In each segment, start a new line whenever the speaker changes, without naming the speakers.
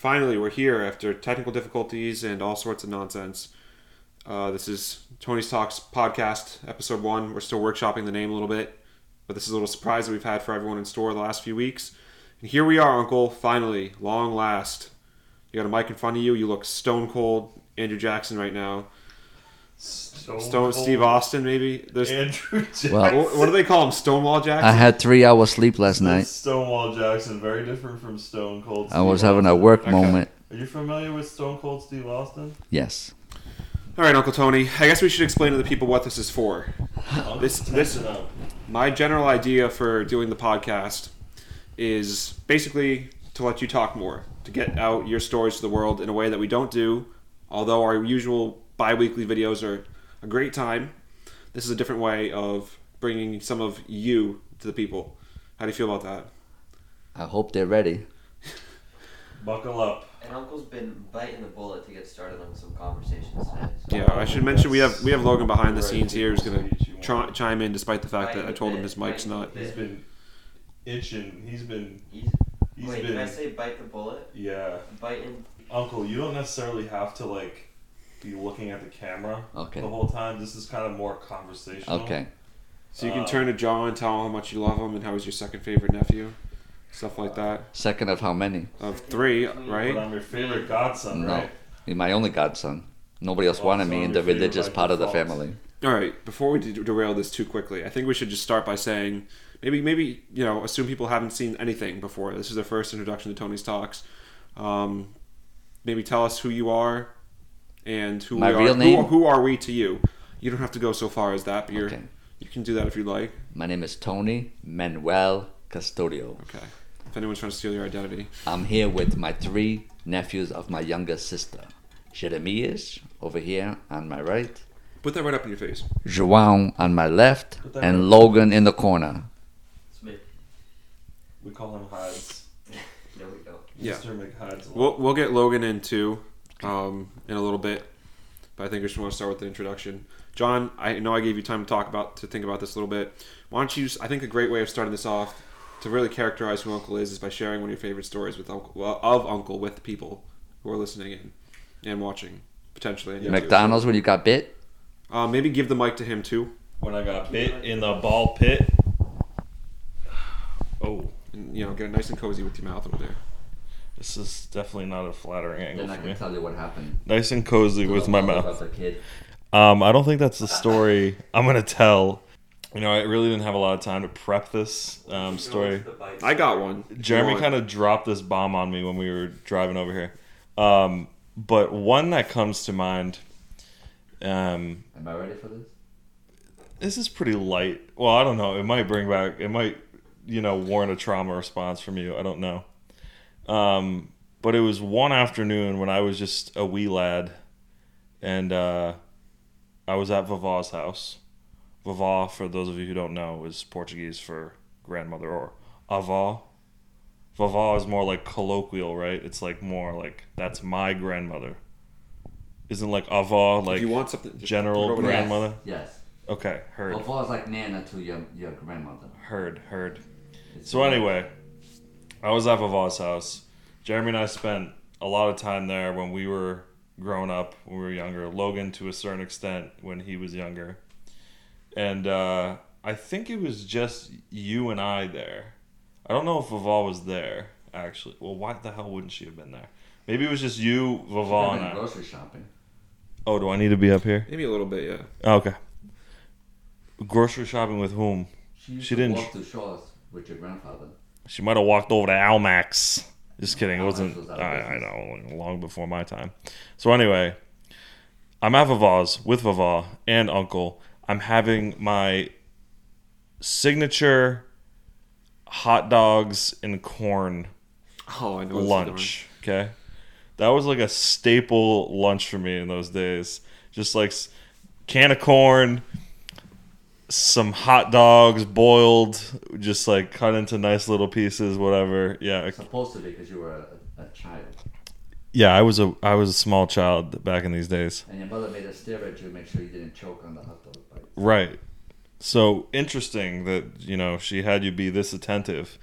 Finally, we're here after technical difficulties and all sorts of nonsense. Uh, this is Tony's Talks podcast, episode one. We're still workshopping the name a little bit, but this is a little surprise that we've had for everyone in store the last few weeks. And here we are, Uncle. Finally, long last. You got a mic in front of you. You look stone cold, Andrew Jackson, right now.
Stone,
Stone Steve Austin, maybe. There's
Andrew Jackson.
wh-
Well,
what, do they call him? Stonewall Jackson.
I had three hours sleep last night.
Stonewall Jackson, very different from Stone Cold. Steve
I was having a
Austin.
work
Okay.
moment.
Are you familiar with Stone Cold Steve Austin?
Yes.
All right, Uncle Tony. I guess we should explain to the people what this is for.
I'll
This-
just
this-
test it out.
My general idea for doing the podcast is basically to let you talk more, to get out your stories to the world in a way that we don't do. Although our usual bi weekly videos are a great time, this is a different way of bringing some of you to the people. How do you feel about that?
I hope they're ready.
Buckle up.
And Uncle's been biting the bullet to get started on some conversations today. So
Yeah, I should mention we have we have Logan behind the
Right,
scenes here who's going
speech you
to try,
want.
chime in despite the fact that I told him his mic's not.
He's been itching. He's been.
He's-
He's
wait, did I
been.
say bite the bullet?
Yeah,
Biting.
Uncle. You don't necessarily have to like be looking at the camera
Okay.
the whole time. This is kind of more conversational.
Okay.
So you
Uh,
can turn to John and tell him how much you love him and how he's your second favorite nephew, stuff like that.
Second of how many?
Of three,
But
right?
I'm your favorite godson,
No.
right?
My only godson. Nobody else
Well,
wanted
so
me in
you
the
feel
religious
like
part of the
you're false.
family.
All right. Before we de- derail this too quickly, I think we should just start by saying maybe maybe you know assume people haven't seen anything before. This is their first introduction to Tony's talks. Um, maybe tell us who you are and who
My
we
real
are.
name?
Who, who are we to you? You don't have to go so far as that, but you're,
Okay.
you can do that if you'd like.
My name is Tony Manuel Custodio.
Okay. If anyone's trying to steal your identity,
I'm here with my three nephews of my younger sister. Jeremias over here on my right,
put that right up in your face.
João on my left,
Put that right-
and Logan in the corner.
It's me.
We call him Hides.
There we go.
Yeah.
Mr. McHides.
We'll we'll get Logan in too, um, in a little bit, but I think we just want to start with the introduction. John, I know I gave you time to talk about to think about this a little bit. Why don't you? I think a great way of starting this off to really characterize who Uncle is is by sharing one of your favorite stories with Uncle well, of Uncle with people who are listening in and watching potentially. on YouTube.
McDonald's when you got bit.
Uh, maybe give the mic to him too.
when I got bit in the ball pit. Oh,
And, you know, get nice and cozy with your mouth over there.
this is definitely not a flattering angle
Then I
for me.
can tell you what happened.
Nice and cozy with my mouth.
About the kid.
Um, I don't think that's the story I'm gonna tell. You know, I really didn't have a lot of time to prep this um, story.
I got one. if you
Jeremy
want.
kind of dropped this bomb on me when we were driving over here. Um, but one that comes to mind. Um,
Am I ready for this?
this is pretty light. Well, I don't know. It might bring back. It might, you know, warrant a trauma response from you. I don't know. Um, but it was one afternoon when I was just a wee lad, and uh, I was at Vavá's house. Vavá, for those of you who don't know, is Portuguese for grandmother or avó. Vavá is more like colloquial, right? It's like more like that's my grandmother. Isn't like avó
If
like
you want something, just
general
throw it over there.
grandmother?
Yes.
okay heard
yes. Before it's like Nana to your, your grandmother.
heard heard.
It's
So anyway, I was at Vavas' house. Jeremy and I spent a lot of time there when we were growing up, when we were younger. Logan, to a certain extent, when he was younger. And uh, I think it was just you and I there. I don't know if Vaval was there, actually. Well, why the hell wouldn't she have been there? Maybe it was just you, Vaval,
I've
and
been
I.
grocery shopping.
Oh, do I need to be up here?
Maybe a little bit, yeah.
Oh, okay. Grocery shopping with whom?
used
She
to
didn't-
walk to Shaw's with your grandfather.
She might have walked over to Almax. Just kidding. It
Almax
wasn't.
was out of
I, I know. Long before my time. So anyway, I'm at Vava's with Vava and Uncle. I'm having my signature hot dogs and corn
Oh, I know. it's
lunch. Okay, that was like a staple lunch for me in those days. Just like s- can of corn, some hot dogs boiled, just like cut into nice little pieces, whatever. Yeah, I-
Supposed to be because you were a, a child.
yeah. I was a I was a small child back in these days.
And your mother made us stare at you to make sure you didn't choke on the hot dog bite.
Right. So interesting that you know she had you be this attentive,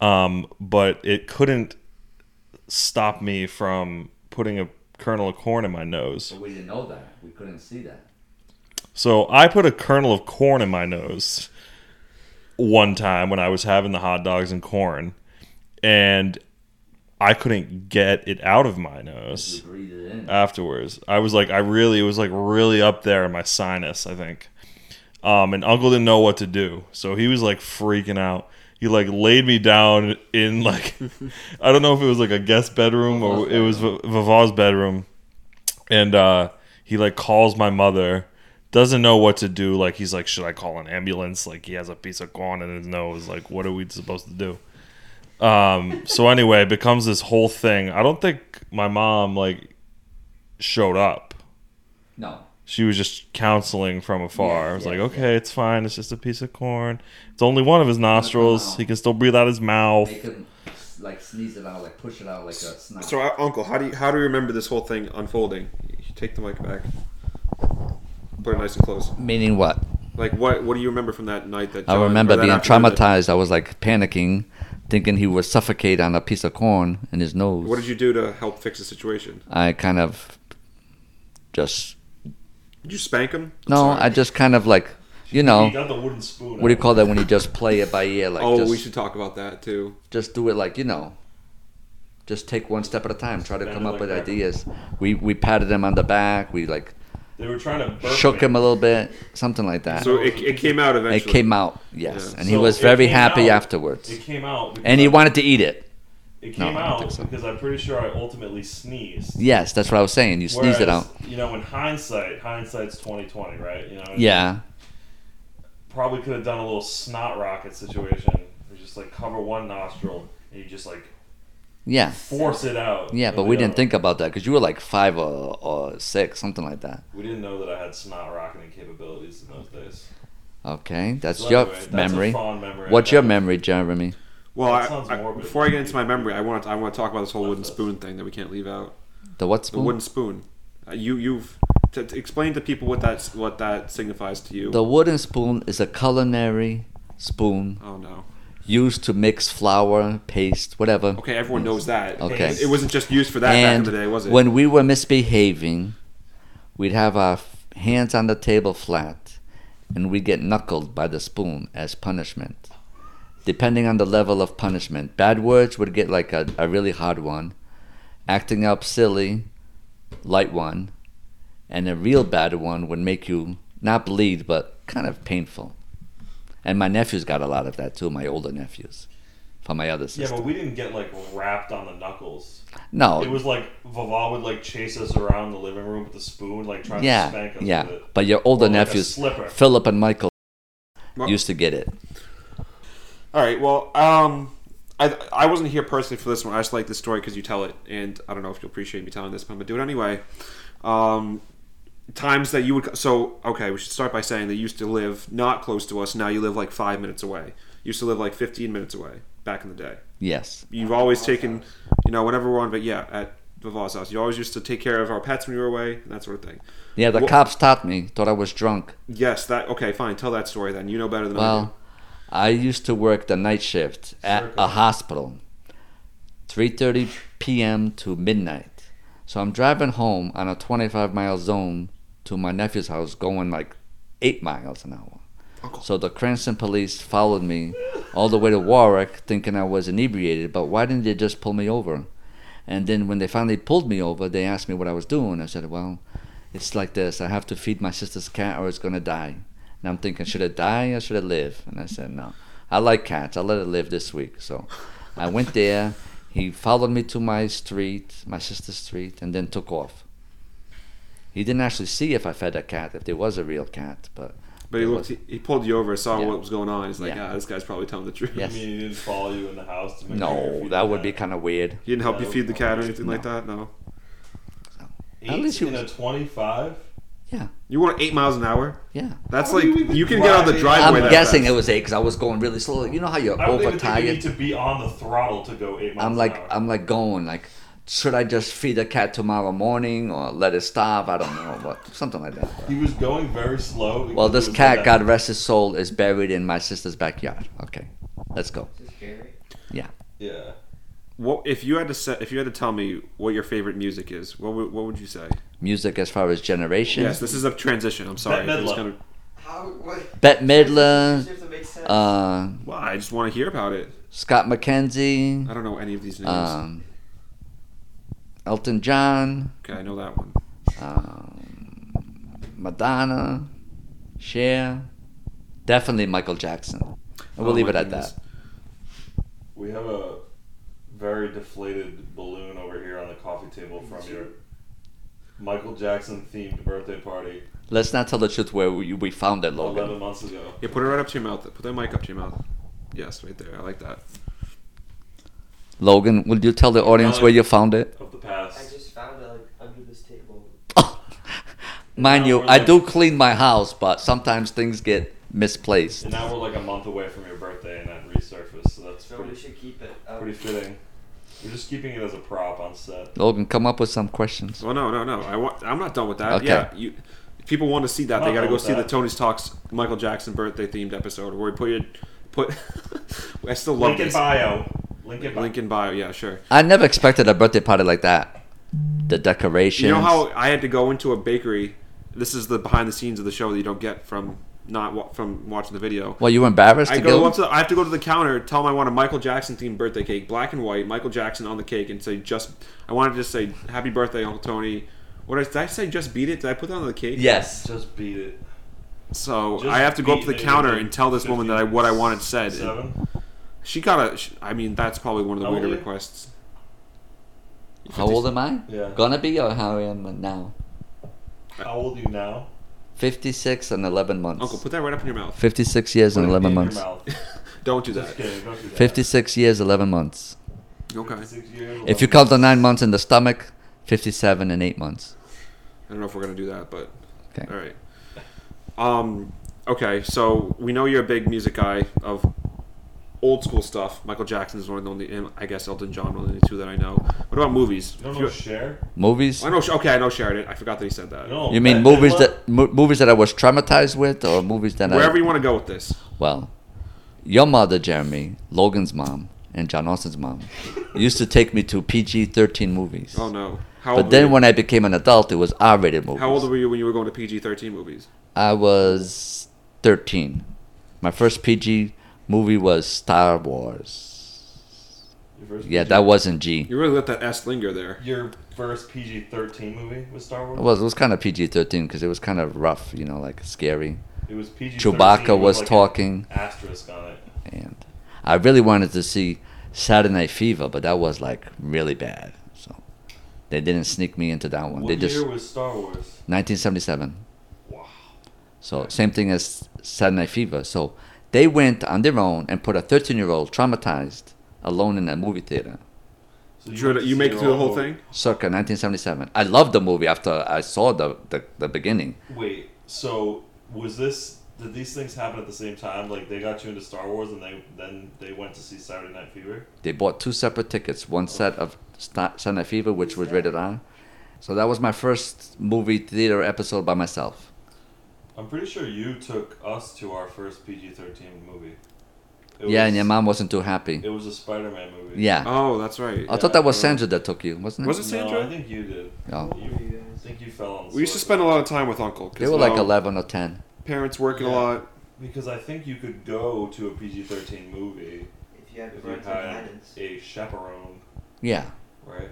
um, but it couldn't stop me from putting a kernel of corn in my nose.
But we didn't know that. We couldn't see that.
So I put a kernel of corn in my nose one time when I was having the hot dogs and corn, and I couldn't get it out of my
We
nose
breathed it in.
Uh, afterwards. I was like, I really, it was like really up there in my sinus, I think. Um, and Uncle didn't know what to do, so he was like freaking out. He like laid me down in like, I don't know if it was like a guest bedroom or it was V- Vavaw's bedroom, and uh, he like calls my mother. Doesn't know what to do. Like he's like, should I call an ambulance? Like he has a piece of corn in his nose. Like what are we supposed to do? Um, so anyway, it becomes this whole thing. I don't think my mom like showed up.
no.
She was just counseling from afar.
Yeah,
I was
yeah,
like, okay, it's fine. It's just a piece of corn. It's only one of his nostrils. He can still breathe out his mouth.
Make him like sneeze it out, like push it out like a snot.
So, uh, Uncle, how do you how do you remember this whole thing unfolding? You take the mic back. Put it nice and close.
Meaning what?
Like, what what do you remember from that night? That John-
I
or
remember
that
being
afternoon that-
traumatized. I was like panicking, thinking he would suffocate on a piece of corn in his nose.
What did you do to help fix the situation?
I kind of just
Did you spank him? I'm
no.
sorry.
I just kind of like you
He
know
got the wooden spoon.
what do you call that when you just play it by ear? Like
oh,
just,
we should talk about that too.
just do it like you know. Just take one step at a time. Try to
Bend
come
it
up
like
with
that.
ideas. We we patted him on the back. We like
They were trying to burp
shook him a little bit, something like that.
So it, it came out
it
eventually.
came out, yes,
Yeah.
and he
So
was
it
very
came
happy
out-
afterwards.
It came out. Because
and he
I-
wanted to eat it.
It
No,
came
I don't
out
think so.
because I'm pretty sure I ultimately sneezed.
Yes, that's what I was saying. You sneeze it
Whereas,
out.
You know, in hindsight, hindsight's twenty twenty, right? You know.
Yeah,
Probably could have done a little snot rocket situation. where you Just like cover one nostril and you just like
yeah,
force it out.
yeah.
of
But
the
we didn't
other.
think about that because you were like five or, or six, something like that.
We didn't know that I had snot rocketing capabilities in those days.
Okay, that's
So
your
anyway, that's a
memory.
fond memory I
What's your
have.
memory, Jeremy?
Well,
That
I-
sounds
I-
morbid.
before I get into my memory, I want to I want to talk about this whole wooden
Left us.
spoon thing that we can't leave out.
The what
The
spoon?
wooden spoon. Uh, you you've to, to explain to people what that's what that signifies to you.
The wooden spoon is a culinary spoon
oh no.
used to mix flour, paste, whatever.
Okay, everyone knows that.
Okay.
It wasn't just used for that
and
back in the day, was it?
when we were misbehaving, we'd have our f- hands on the table flat, and we'd get knuckled by the spoon as punishment. Depending on the level of punishment, bad words would get like a, a really hard one, acting up silly, light one, and a real bad one would make you not bleed, but kind of painful. And my nephews got a lot of that too, my older nephews, from my other
Yeah,
sister.
but we didn't get like wrapped on the knuckles.
no,
It was like Vava would like chase us around the living room with a spoon, like trying to
yeah,
spank us
yeah.
with it.
But your older
Or like a
nephews,
slipper.
Philip and Michael,
Well-
used to get it.
All right. Well, um, I I wasn't here personally for this one. I just like this story because you tell it, and I don't know if you'll appreciate me telling this, but I'm gonna do it anyway. Um, times that you would so okay. We should start by saying that you used to live not close to us. Now you live like five minutes away. You used to live like 15 minutes away back in the day.
Yes,
You've always taken, you know, whenever we're on, but yeah, at Vavaw's house, you always used to take care of our pets when you were away and that sort of thing.
yeah. The
Wha-
cops stopped me, thought I was drunk.
Yes, that okay, fine. Tell that story then. You know better than I do.
Well, I used to work the night shift at
Circle.
a hospital, 3:30 p.m. to midnight. So I'm driving home on a 25 mile zone to my nephew's house, going like eight miles an hour.
Uncle.
So the Cranston police followed me all the way to Warwick, thinking I was inebriated. But why didn't they just pull me over? And then when they finally pulled me over, they asked me what I was doing. I said, "Well, it's like this. I have to feed my sister's cat, or it's gonna die." And I'm thinking, should it die or should it live? And I said, no. I like cats. I'll let it live this week. So I went there. He followed me to my street, my sister's street, and then took off. He didn't actually see if I fed a cat, if there was a real cat, but
But he
there
looked, he,
was-
he pulled you over, saw
Yeah.
what was going on. He's like,
Yeah.
ah, this guy's probably telling the truth.
Yeah.
I mean, he didn't follow you in the house to make sure you're
no,
feeding
that would
the
be
cat.
kind of weird.
He didn't help
No,
you feed the cat or anything
no.
like that. No,
Eight
At least he
in
was-
a twenty-five.
you want eight miles an hour?
Yeah,
That's
How
like
do you even
you, can get on the
drive?
I'm
driveway. that
guessing
fast.
it was eight because I was going really slow. You know how you're
I don't even think you
overtired.
need to be on the throttle to go eight miles.
I'm
an
like,
hour.
I'm like going like, should I just feed the cat tomorrow morning or let it starve? I don't know what, something like that.
He was going very slow. because
Well,
he
this
was
cat,
like
God rest his soul, is buried in my sister's backyard. Okay, let's go.
Is this Jerry?
Yeah.
what if you had to say, if you had to tell me what your favorite music is? What would, what would you say?
Music as far as generation.
Yes, this is a transition. I'm sorry.
Bette
It was
Midler.
kind of-
How? What?
Bette Midler,
Does it make sense?
Uh,
well, I just want to hear about it.
Scott McKenzie,
I don't know any of these names.
um, Elton John,
okay, I know that one.
um, Madonna, Cher, definitely Michael Jackson. And we'll
Oh,
leave
my
it at
goodness.
that.
We have a very deflated balloon over here on the coffee table from your Michael Jackson themed birthday party
Let's not tell the truth where we, we found it, Logan.
11 months ago.
Yeah, put it right up to your mouth. Put that mic up to your mouth. Yes, right there. I like that.
Logan, will you tell the audience where you found it?
Of the
I
past.
just found it like under this table.
Mind you, I do clean my house, but sometimes things get misplaced.
And now we're like a month away from your birthday and that resurfaced, so that's
So we
pretty,
should keep it. Um,
pretty fitting. We're just keeping it as a prop on set.
Logan, come up with some questions.
Well, no, no, no. I want. I'm not done with that.
Okay.
Yeah, you. if People want to see that.
I'm
They got
not
to
done
go
with
see the
that.
Tony's Talks Michael Jackson birthday themed episode where we put your put. I still love
Link in
this.
bio. Link in bio.
Link in bio. Yeah, sure.
I never expected a birthday party like that. The decorations.
You know how I had to go into a bakery. This is the behind the scenes of the show that you don't get from not wa- from watching the video.
Well, you were embarrassed
I
to go.
go up to. The, I have to go to the counter, tell them I want a Michael Jackson themed birthday cake, black and white, Michael Jackson on the cake, and say just. I wanted to just say Happy Birthday, Uncle Tony. What did I, did I say? Just beat it. Did I put that on the cake?
yes.
Just beat it.
So
Just
I have to go up to the
beat it.
counter and tell this woman that I, what I wanted said. And
Seven.
she got a. She, I mean, that's probably one of the
How old
weirder
are you?
requests.
How old am I?
Yeah.
Gonna be or how I am now?
How old are you now?
56 and 11 months.
Uncle, put that right up in your mouth.
56 years and
Put it
11
in your
months.
mouth.
Don't do
Just
that.
kidding, don't do that.
56 years, 11 months.
Okay. I
56 years,
If you
11
count the 9 months in the stomach, 57 and 8 months.
don't know if we're gonna do that, but
Okay.
all right. Um. Okay. So we know you're a big music guy of old school stuff. Michael Jackson is one of the only, and I guess Elton John, one of the only two that I know. What about movies?
You don't
If
know
you-
share?
Movies?
I know. Okay, I know. Sharon. I forgot that he said that.
No.
You mean
Bette
movies
Midler?
that mo- movies that I was traumatized with or movies that I
Wherever you want to go with this.
Well, your mother, Jeremy, Logan's mom, and John Austin's mom used to take me to PG 13 movies.
Oh no. How
But
were
then
you?
when I became an adult, it was R rated movies.
How old were you when you were going to PG thirteen movies?
I was 13. My first PG movie was Star Wars.
Your first
Yeah,
PG
that wasn't G.
You really let that S linger there.
Your first PG 13 movie was Star Wars?
It was, it was kind of PG 13 because it was kind of rough, you know, like scary.
It was PG
Chewbacca was talking,
Asterisk on it.
and I really wanted to see Saturday Night Fever, but that was like really bad. So they didn't sneak me into that one.
what
they
year
just
was Star Wars?
1977.
Wow.
So same thing as Saturday Night Fever. So they went on their own and put a 13-year-old traumatized alone in a movie theater.
So
Did you,
went to
you
see
make it
your
through the
own
whole
movie.
thing?
Circa 1977. I loved the movie after I saw the, the, the beginning.
Wait, so was this. Did these things happen at the same time? Like they got you into Star Wars and they then they went to see Saturday Night Fever?
They bought two separate tickets. One set of Sta- Saturday Night Fever, which was rated R. So that was my first movie theater episode by myself.
I'm pretty sure you took us to our first PG 13 movie. It
yeah,
was-
and your mom wasn't too happy.
It was a Spider Man movie.
Yeah.
Oh, that's right.
I thought that was
yeah.
Sandra that took you, wasn't it?
Was it Sandra?
No, I think you did.
No.
How old were you
You, I
guys?
think you fell on. the
we used to
sword.
spend a lot of time with Uncle. 'cause,
They were like
you know,
11 or 10.
Parents working a
Yeah.
lot.
because I think you could go to a PG thirteen movie
If you had
if you
parental
had
guidance.
a chaperone,
Yeah.
right?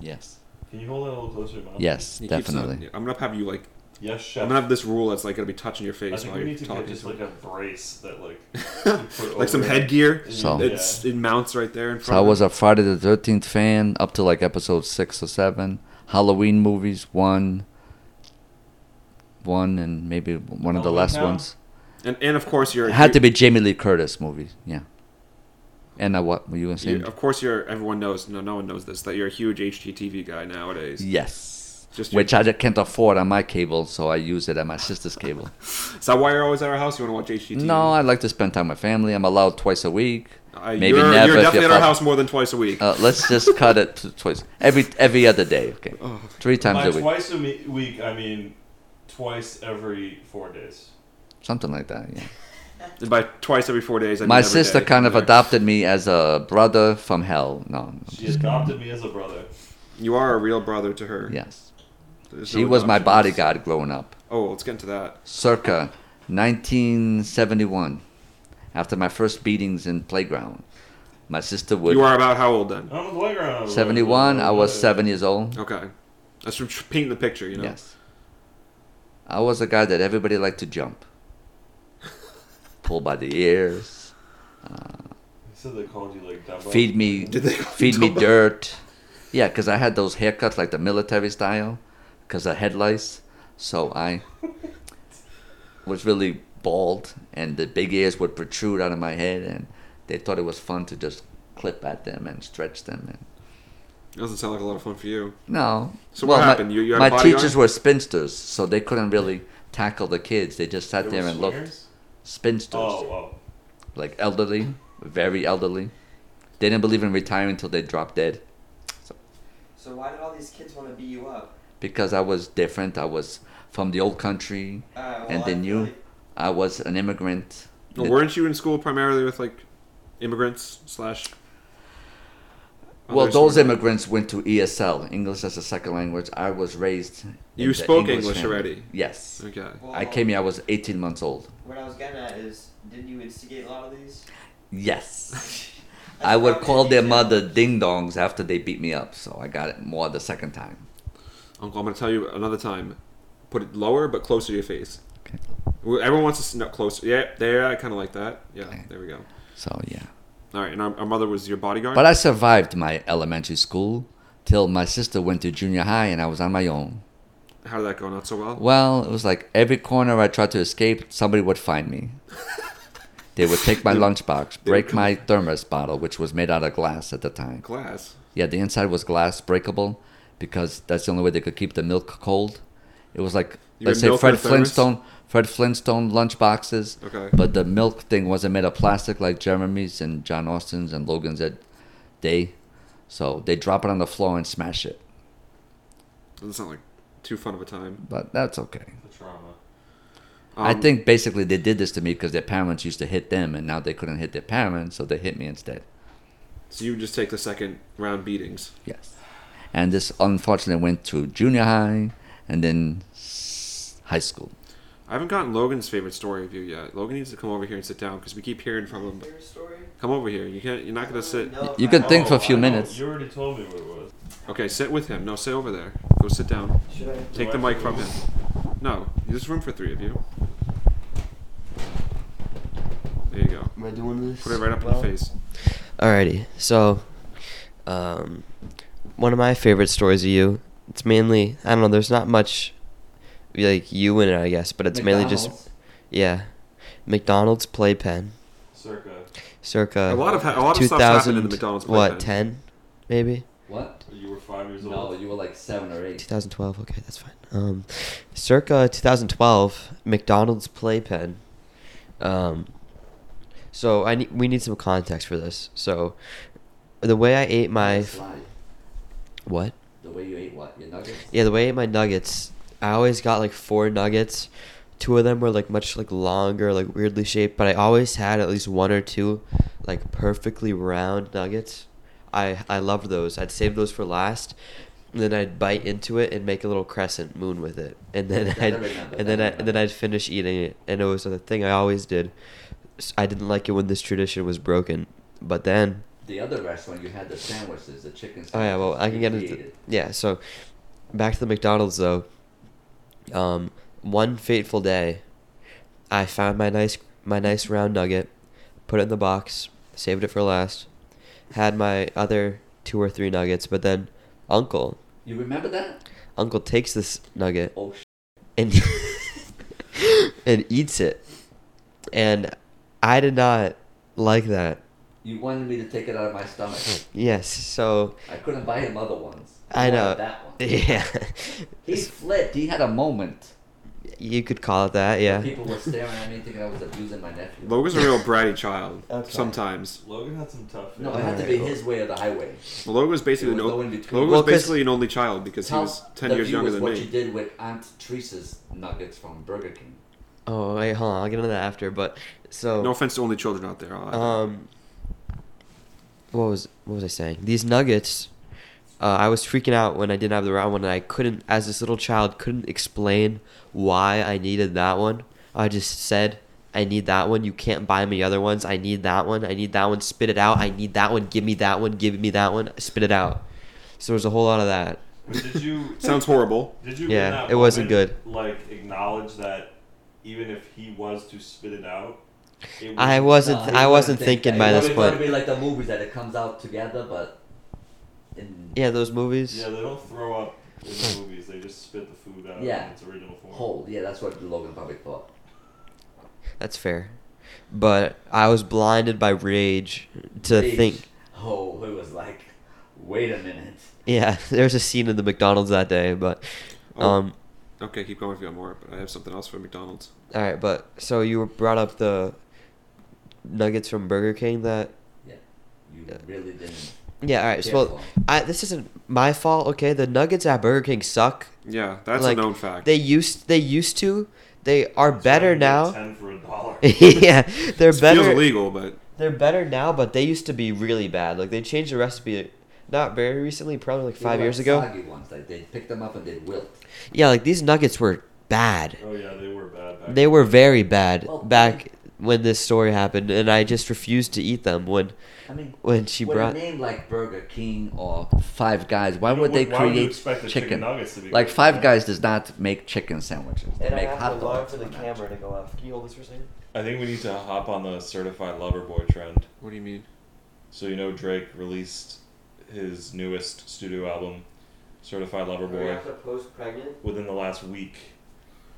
Yes.
Can you hold it a little closer, to your mouth?
Yes,
He keeps on-
definitely.
I'm gonna have you like.
Yes,
I'm
chef.
gonna have this rule that's like gonna be touching your
I
face while
think we
you're
need to
talking.
get just like a brace that like
like, some
over-
headgear.
So-
It's it mounts right there in front.
Oh. So I
of
was
him.
a Friday the 13th fan up to like episode 6 or 7. Halloween movies, one. One and maybe one of the
Halloween
last
now?
ones.
and and of course you're
It had to be Jamie Lee Curtis movies. Yeah. And I, what were you going to say?
you- of course you're. Everyone knows. No, no one knows this. That you're a huge HGTV guy nowadays.
Yes.
Just
Which I just can't afford on my cable, so I use it at my sister's cable.
Is that why you're always at our house? You want to watch HGTV?
no, I like to spend time with family. I'm allowed twice a week.
Uh, you're,
maybe never
You're
if you're
definitely at our
pop-
house more than twice a week.
Uh, let's just cut it to twice every every other day. Okay,
Oh.
three
By
times a week,
twice a me- week, I mean twice every four days.
something like that. Yeah.
And by twice every four days, I mean
My
every
sister
day.
kind of adopted me as a brother from hell. No,
She adopted me as a brother.
You are a real brother to her.
yes,
There's
she
no
was my
adoption.
bodyguard growing up.
Oh, let's get into that.
circa 1971 after my first beatings in playground my sister would
You are about how old then?
I'm on the playground.
71 i
Oh.
was 7 years old
Okay. That's from tr- painting the picture, you know.
yes i was a guy that everybody liked to jump pull by the ears
They said they called you like Dumbo.
feed me
Did they
feed me dirt yeah because i had those haircuts like the military style because of head lice so i was really bald and the big ears would protrude out of my head and they thought it was fun to just clip at them and stretch them and
Doesn't sound like a lot of fun for you.
no
So what happened?
my,
You- you had a
my
bodyguard?
teachers were spinsters so they couldn't really tackle the kids they just sat
They
there
were
and looked
swingers?
spinsters
Oh, wow.
like elderly very elderly they didn't believe in retiring until they dropped dead
So why did all these kids want to beat you up?
because I was different. I was from the old country.
Uh, well,
And then
I
you-
feel
I was an immigrant.
Well, weren't you in school primarily with like immigrants slash?
Well,
others
those
who-
immigrants went to ESL, English as a second language. I was raised. in
You
the
spoke English
uh, family.
already? Oh.
Yes.
Okay.
like-
I
well,
came here. I was 18 months old.
What I was getting at is, didn't you instigate a lot of these?
Yes.
That's
I would
probably
call
an
their
example.
mother ding dongs after they beat me up, so I got it more the second time.
Uncle, I'm going to tell you another time. Put it lower but closer to your face.
Okay.
Well, Everyone wants to snap closer. Yeah, there. I kind of like that. Yeah,
Okay.
there we go.
So yeah.
All right, and our, our mother was your bodyguard.
But I survived my elementary school till my sister went to junior high and I was on my own.
How did that go? Not so well.
Well, it was like every corner I tried to escape, somebody would find me. they would take my lunchbox,
would
break my thermos bottle, which was made out of glass at the time.
Glass.
Yeah, the inside was glass, breakable, because that's the only way they could keep the milk cold. It was like
You
let's
had
say
milk in a
Fred
thermos?
Flintstone, Fred Flintstone lunchboxes,
Okay.
but the milk thing wasn't made of plastic like Jeremy's and John Austin's and Logan's at day. So they drop it on the floor and smash it,
Doesn't sound like too fun of a time.
but that's okay.
The trauma.
I
Um,
think basically they did this to me because their parents used to hit them, and now they couldn't hit their parents, so they hit me instead.
so. You would just take the second round beatings.
Yes. And this unfortunately went to junior high and then s- high school.
I haven't gotten Logan's favorite story of you yet. Logan needs to come over here and sit down because we keep hearing from him.
Your story?
Come over here. You can't. You're not gonna sit.
No,
You
I
can
don't-
think for a few
I know.
minutes.
Oh, You already told me what it was.
Okay, sit with him. No, sit over there. Go sit down.
Should I?
Take the mic from him. No, there's room for three of you. There you go.
Am I doing this?
Put it right up in your
well?
face.
Alrighty, so um, one of my favorite stories of you. It's mainly I don't know. There's not much like you in it, I guess, but it's mainly just yeah. McDonald's playpen,
Circa.
circa
A
uh,
lot of ha- a lot of stuff's happened in the McDonald's
what
playpen.
ten, maybe
What?
You were five years
No,
old.
you were like seven or eight.
2012. Okay, that's fine. Um, circa 2012, McDonald's playpen. Um, so I need we need some context for this. So the way I ate my what?
The way you ate what? Your nuggets?
Yeah, the way I ate my nuggets, I always got like four nuggets. Two of them were like much like longer, like weirdly shaped, but I always had at least one or two like perfectly round nuggets. I I loved those. I'd save those for last. And then I'd bite into it and make a little crescent moon with it. And then
That I
I'd
remember,
and
that
then
I
I, and then
remember.
I'd finish eating it. And it was the thing I always did. S- I didn't like it when this tradition was broken. But then
The other restaurant you had the sandwiches, the chicken
Oh yeah, well I can get
it.
into yeah. So back to the McDonald's though. Um, one fateful day, I found my nice my nice round nugget, put it in the box, saved it for last. Had my other two or three nuggets, but then Uncle
You remember that?
Uncle takes this nugget
Oh, sh-
and and eats it, and I did not like that.
you wanted me to take it out of my stomach.
Yes, so
I couldn't buy him other ones. He
I
wanted
know.
That one.
yeah,
He flipped. He had a moment.
you could call it that. Yeah.
People were staring at me thinking I was abusing my nephew.
Logan's a real bratty child.
Okay.
Sometimes
Logan had some tough.
No, it
days.
had to be his way or the highway.
well, Logan was basically
There was
an
no
o-
in between.
Logan was
Well, 'cause-
basically an only child because he was ten
the
years
view
younger
is
than
what
me.
you did with Aunt Teresa's nuggets from Burger King.
Oh wait, hold on. I'll get into that after. But so
No offense to only children out there. I'll-
Um, what was what was I saying? These nuggets. Uh, I was freaking out when I didn't have the round one, and I couldn't, as this little child, couldn't explain why I needed that one. I just said, "I need that one. You can't buy me other ones. I need that one. I need that one. Spit it out. I need that one. Give me that one. Give me that one. Spit it out." So there's a whole lot of that.
Did you?
Sounds horrible.
Did you?
Yeah,
in that
it wasn't
moment, Like acknowledge that even if he was to spit it out, it
I
was.
wasn't. I wasn't thinking by this
wouldn't wanna
point.
be like the movies that it comes out together, but in
Yeah, those movies.
Yeah, they don't throw up in the movies. They just spit the food out
Yeah.
in its original form.
whole. Yeah, that's what Logan probably thought.
That's fair. But I was blinded by rage to
Rage.
think.
Oh, it was like, wait a minute.
Yeah, there's a scene in the McDonald's that day, but
Oh.
um
Okay, keep going if you got more, but I have something else for McDonald's.
all right, but so you brought up the nuggets from Burger King that
Yeah, you really didn't.
yeah, all right. So
Careful.
well, I this isn't my fault, okay? The nuggets at Burger King suck.
Yeah, that's
Like,
a known fact.
They used they used to. They are better
Trying to get
now.
Ten for a dollar.
yeah, they're
It
better.
Feels illegal, but
They're better now, but they used to be really bad. Like they changed the recipe uh, not very recently, probably like
They
5
were
years
like
ago.
Soggy ones, like they picked them up and they wilt.
Yeah, like these nuggets were bad.
Oh yeah, they were bad. Back
They were very bad
Well,
back when this story happened, and I just refused to eat them when
I mean,
when she
with
brought.
a name like Burger King or Five Guys, why
Why
would they
would you
create
expect the chicken
chicken?
nuggets to be
like
good?
Five Guys does not make chicken sandwiches. They make hot dogs. and that.
to go off. Can you hold this for a second?
I think we need to hop on the certified lover boy trend.
what do you mean?
So you know Drake released his newest studio album, Certified Lover
Oh,
Boy,
post pregnant.
within the last week.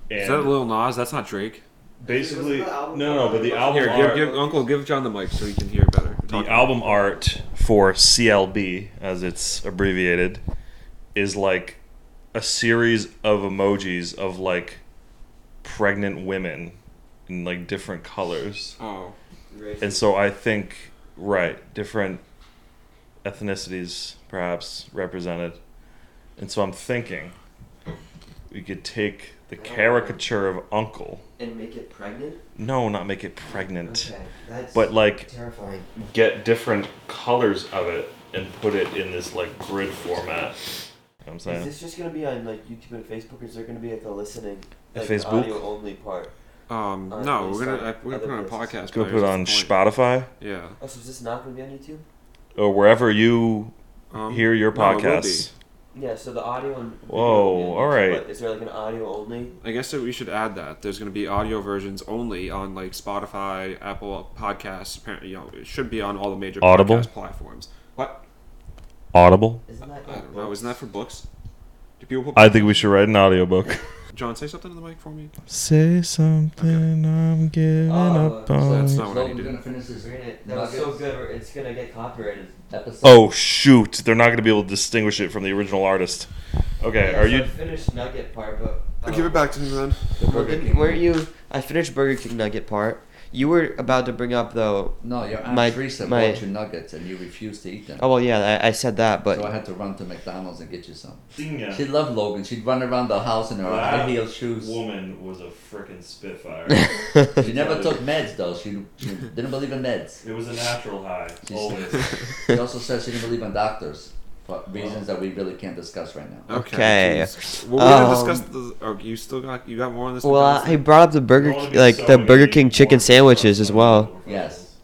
Is
And
that Lil Nas? That's not Drake.
basically,
Wasn't the
no,
album
no, but the
cover-
album
Here,
art,
give, give, Uncle, give John the mic so he can hear better. Talk.
the album art for CLB, as it's abbreviated, is like a series of emojis of like pregnant women in like different colors.
Oh,
And so I think, right, different ethnicities perhaps represented. And so I'm thinking we could take the caricature of uncle.
And make it pregnant.
No, not make it pregnant.
that's
But like
terrifying.
get different colors of it and put it in this like grid format. You know what I'm saying?
just gonna be on like YouTube and Facebook? Or is there gonna be like a listening,
A like, Facebook? audio
only part?
um,
Uh,
no,
please
we're gonna
stop.
I, we're gonna put it on a
Other places.
podcast.
Go
but
put it
here's
on
the point.
Spotify
Yeah,
Oh, so is this not gonna be on YouTube?
or wherever you
um,
hear your
no, it will
podcasts.
Yeah. So the audio and.
Whoa, will be on all YouTube, right. but
is there like an audio only?
be. I guess that we should add that there's gonna be audio versions only on like Spotify, Apple Podcasts. Apparently, you know, it should be on all the major
Audible?
podcast platforms. What?
Audible.
Isn't that?
I don't know. Isn't that for books? Do people put
I think we should write an audiobook.
John say something to the mic for me?
Say something I'm giving
Oh,
up
so
on.
that's
you.
not- what I
Logan's
needed.
gonna finish this
That was so
nuggets
good. we're- It's gonna get copyrighted.
episode.
Oh shoot! They're not going to be able to distinguish it from the original artist. Okay,
Yeah,
are
so
you?
I finished nugget part, but
Uh,
um,
back to him then.
The
well,
Burger
didn't-
King
weren't
one.
you? I finished Burger King nugget part. You were about to bring up though.
No, your aunt
My-
Teresa
my-
bought you nuggets and you refused to eat them.
Oh well, yeah, I, I said that, but
so I had to run to McDonald's and get you some.
Senior
She loved Logan. She'd run around the house in her
Wow.
high heel shoes.
woman was a freaking spitfire.
She never took meds though. She, she didn't believe in meds.
it was a natural high.
She's-
Always.
She also says she didn't believe in doctors for reasons that we really can't discuss right now.
Okay.
jeez. Well, we're
Um,
gonna discuss the. Oh, you still got you got more on this?
well,
McDonald's
I
thing?
brought up the Burger,
You wanna be
like the
someone
Burger
you
King
want
chicken
to
sandwiches
fuck
as well.
with.
Yes.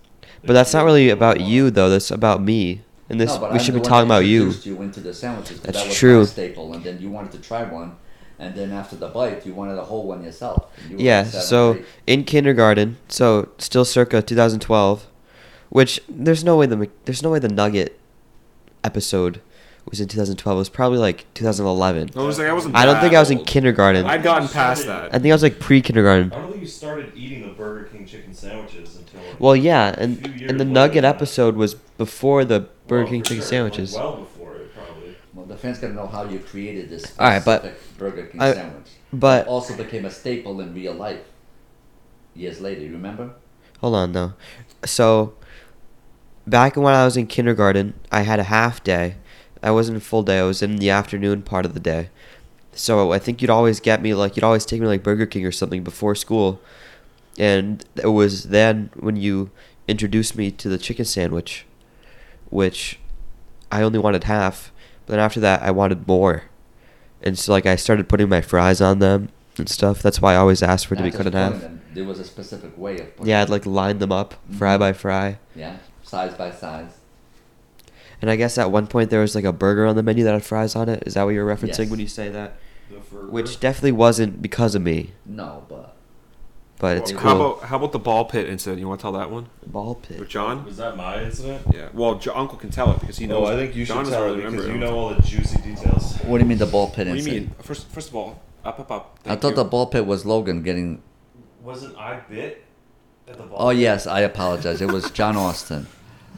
But that's not really about you though. That's about me, and this
No, but
we
I'm
should
the
be
one
talking
that
about you.
introduced into the sandwiches. 'cause
That's
that was
true.
My staple, and then you wanted to try one, and then after the bite, you wanted a whole one yourself. and you were
Yeah,
upset and
so
angry.
in kindergarten, so still circa 2012, which there's no way the Mc- there's no way the Nugget episode was in 2012. It was probably like 2011.
I was like, I wasn't.
I don't think I was in
that old.
kindergarten.
I'd gotten past that.
I think I was like pre-kindergarten.
I don't think you started eating the Burger King chicken sandwiches until.
Well, yeah, and
Few years
and the
later
Nugget
than that.
episode was before the Burger
Well,
King
for
chicken
sure,
sandwiches.
Well before it, probably.
Well, the fans gotta know how you created this
All right, but-
specific Burger King
I-
sandwich.
but-
It also became a staple in real life. Years later, you remember?
Hold on though. So back when I was in kindergarten, I had a half day. I wasn't a full day. I was in the afternoon part of the day. So I think you'd always get me like you'd always take me to, like Burger King or something before school, and it was then when you introduced me to the chicken sandwich, which I only wanted half. But then after that, I wanted more, and so like I started putting my fries on them and stuff. That's why I always asked for it to be cut in half.
There was a specific way of putting
Yeah, I'd
them.
like line them up
Mm-hmm.
fry by fry.
Yeah, size by size.
And I guess at one point there was like a burger on the menu that had fries on it. Is that what you're referencing
Yes.
when you say that?
The
Which definitely wasn't because of me,
No, but
but it's
How
cool.
about how about the ball pit incident? You want to tell that one
Ball
with
pit.
John?
was that my incident?
Yeah. Well, jo- Uncle can tell it because he
No,
knows.
Oh, I think you should
John doesn't
tell it
really remember
because
it
you
all
know all the juicy details.
what do you mean the ball pit
What do you
incident?
mean? First, first of all, up, up, up.
I
Thank
thought
you.
the ball pit was Logan getting.
Wasn't I bit at the ball?
Oh yes, I apologize. It was John Austin.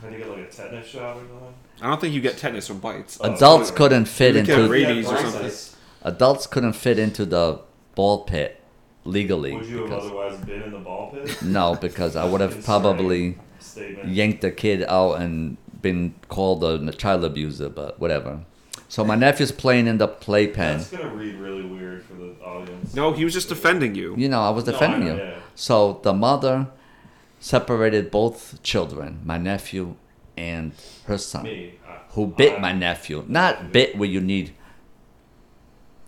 Did you get like a tetanus shot or something?
I don't think you get tetanus from bites.
Uh,
Adults
Oh.
couldn't fit
You can't
into
read. Rabies or
adults couldn't fit into the ball pit legally.
Would you have
because-
otherwise been in the ball pit?
no, because I would have
Concerning
probably
statement.
yanked the kid out and been called a child abuser, but whatever. So my nephew's playing in the playpen.
That's gonna read really weird for the audience.
no, he was just defending you.
You know, I was
No, I
defending
know,
him.
yeah.
So the mother separated both children, my nephew and her son,
Me. Uh, I-
who bit
I-
my nephew. Not bit where you need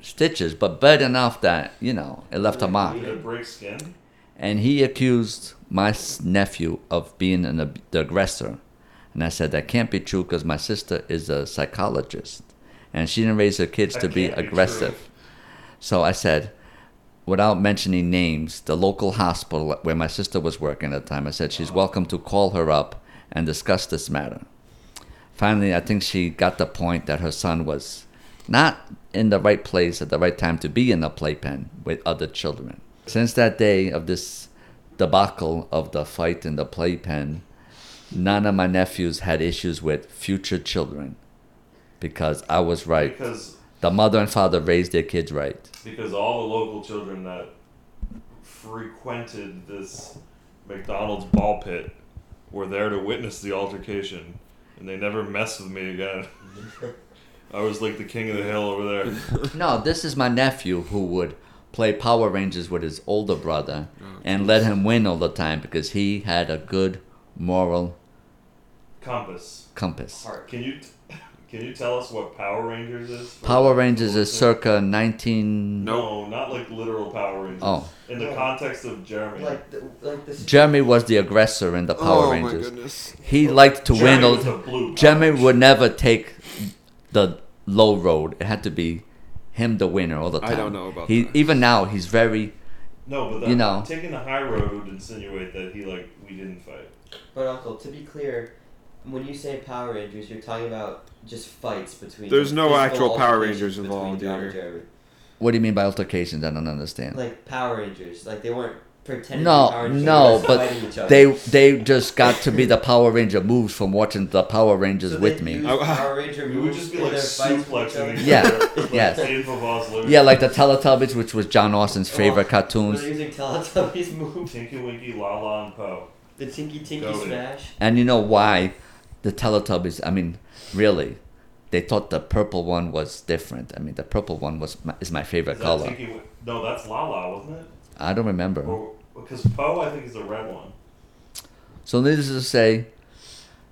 stitches, but bad enough that, you know, it left a mark.
Did it break skin?
And he accused my s- nephew of being an, ab- the aggressor. And I said, that can't be true because my sister is a psychologist and she didn't raise her kids
That
to be
can't be true.
aggressive. so I said, without mentioning names, the local hospital where my sister was working at the time, I said, she's welcome to call her up and discuss this matter. Finally, I think she got the point that her son was not in the right place at the right time to be in the playpen with other children. Since that day of this debacle of the fight in the playpen, none of my nephews had issues with future children because I was right.
Because
The mother and father raised their kids right.
because all the local children that frequented this McDonald's ball pit were there to witness the altercation, and they never messed with me again. I was like the king of the hill over there.
No, this is my nephew who would play Power Rangers with his older brother and let him win all the time because he had a good moral
Compass.
compass.
Heart. Can you can you tell us what Power Rangers is?
Power Rangers is
circle.
circa 19.
No, not like literal Power Rangers.
Oh.
In the context of Jeremy.
like this.
Jeremy was the aggressor in the
Oh
Power Rangers.
Oh goodness.
He liked to
Jeremy
win. all
was the blue
Jeremy
pouch.
would never take the low road. It had to be him the winner all the
I
time.
don't know about
he,
that.
Even now, he's very.
No, but the,
You know.
taking the high road would insinuate that he like we didn't fight.
But uncle, to be clear, when you say Power Rangers, you're talking about just fights between.
There's no
physical
actual Power
altercations
Rangers
between
involved
John and
here.
Jeremy.
What do you mean by altercations? I don't understand.
Like Power Rangers, like they weren't pretending. to be
No,
Power Rangers, they
no,
were
but
fighting each other.
they they just got to be the Power Ranger moves from watching the Power Rangers
So they
with me.
used
Oh,
Power Ranger
We would
moves
just be
in
like
their fights with each
suplexing
other.
each
Yeah,
other. like,
yes.
Dave Vavaz living
Yeah, like the Teletubbies, which was John Austin's favorite
Oh,
cartoons.
They're using Teletubbies moves.
Tinky Winky La La and Poe.
The Tinky Tinky
Go with it.
Smash.
And you know why the Teletubbies, I mean, really, they thought the purple one was different. I mean, the purple one was my, is my
Is
favorite
that
color.
Tinky Win- no, that's La La, wasn't it?
I don't remember.
Or because Poe I think is the red one.
So needless to say,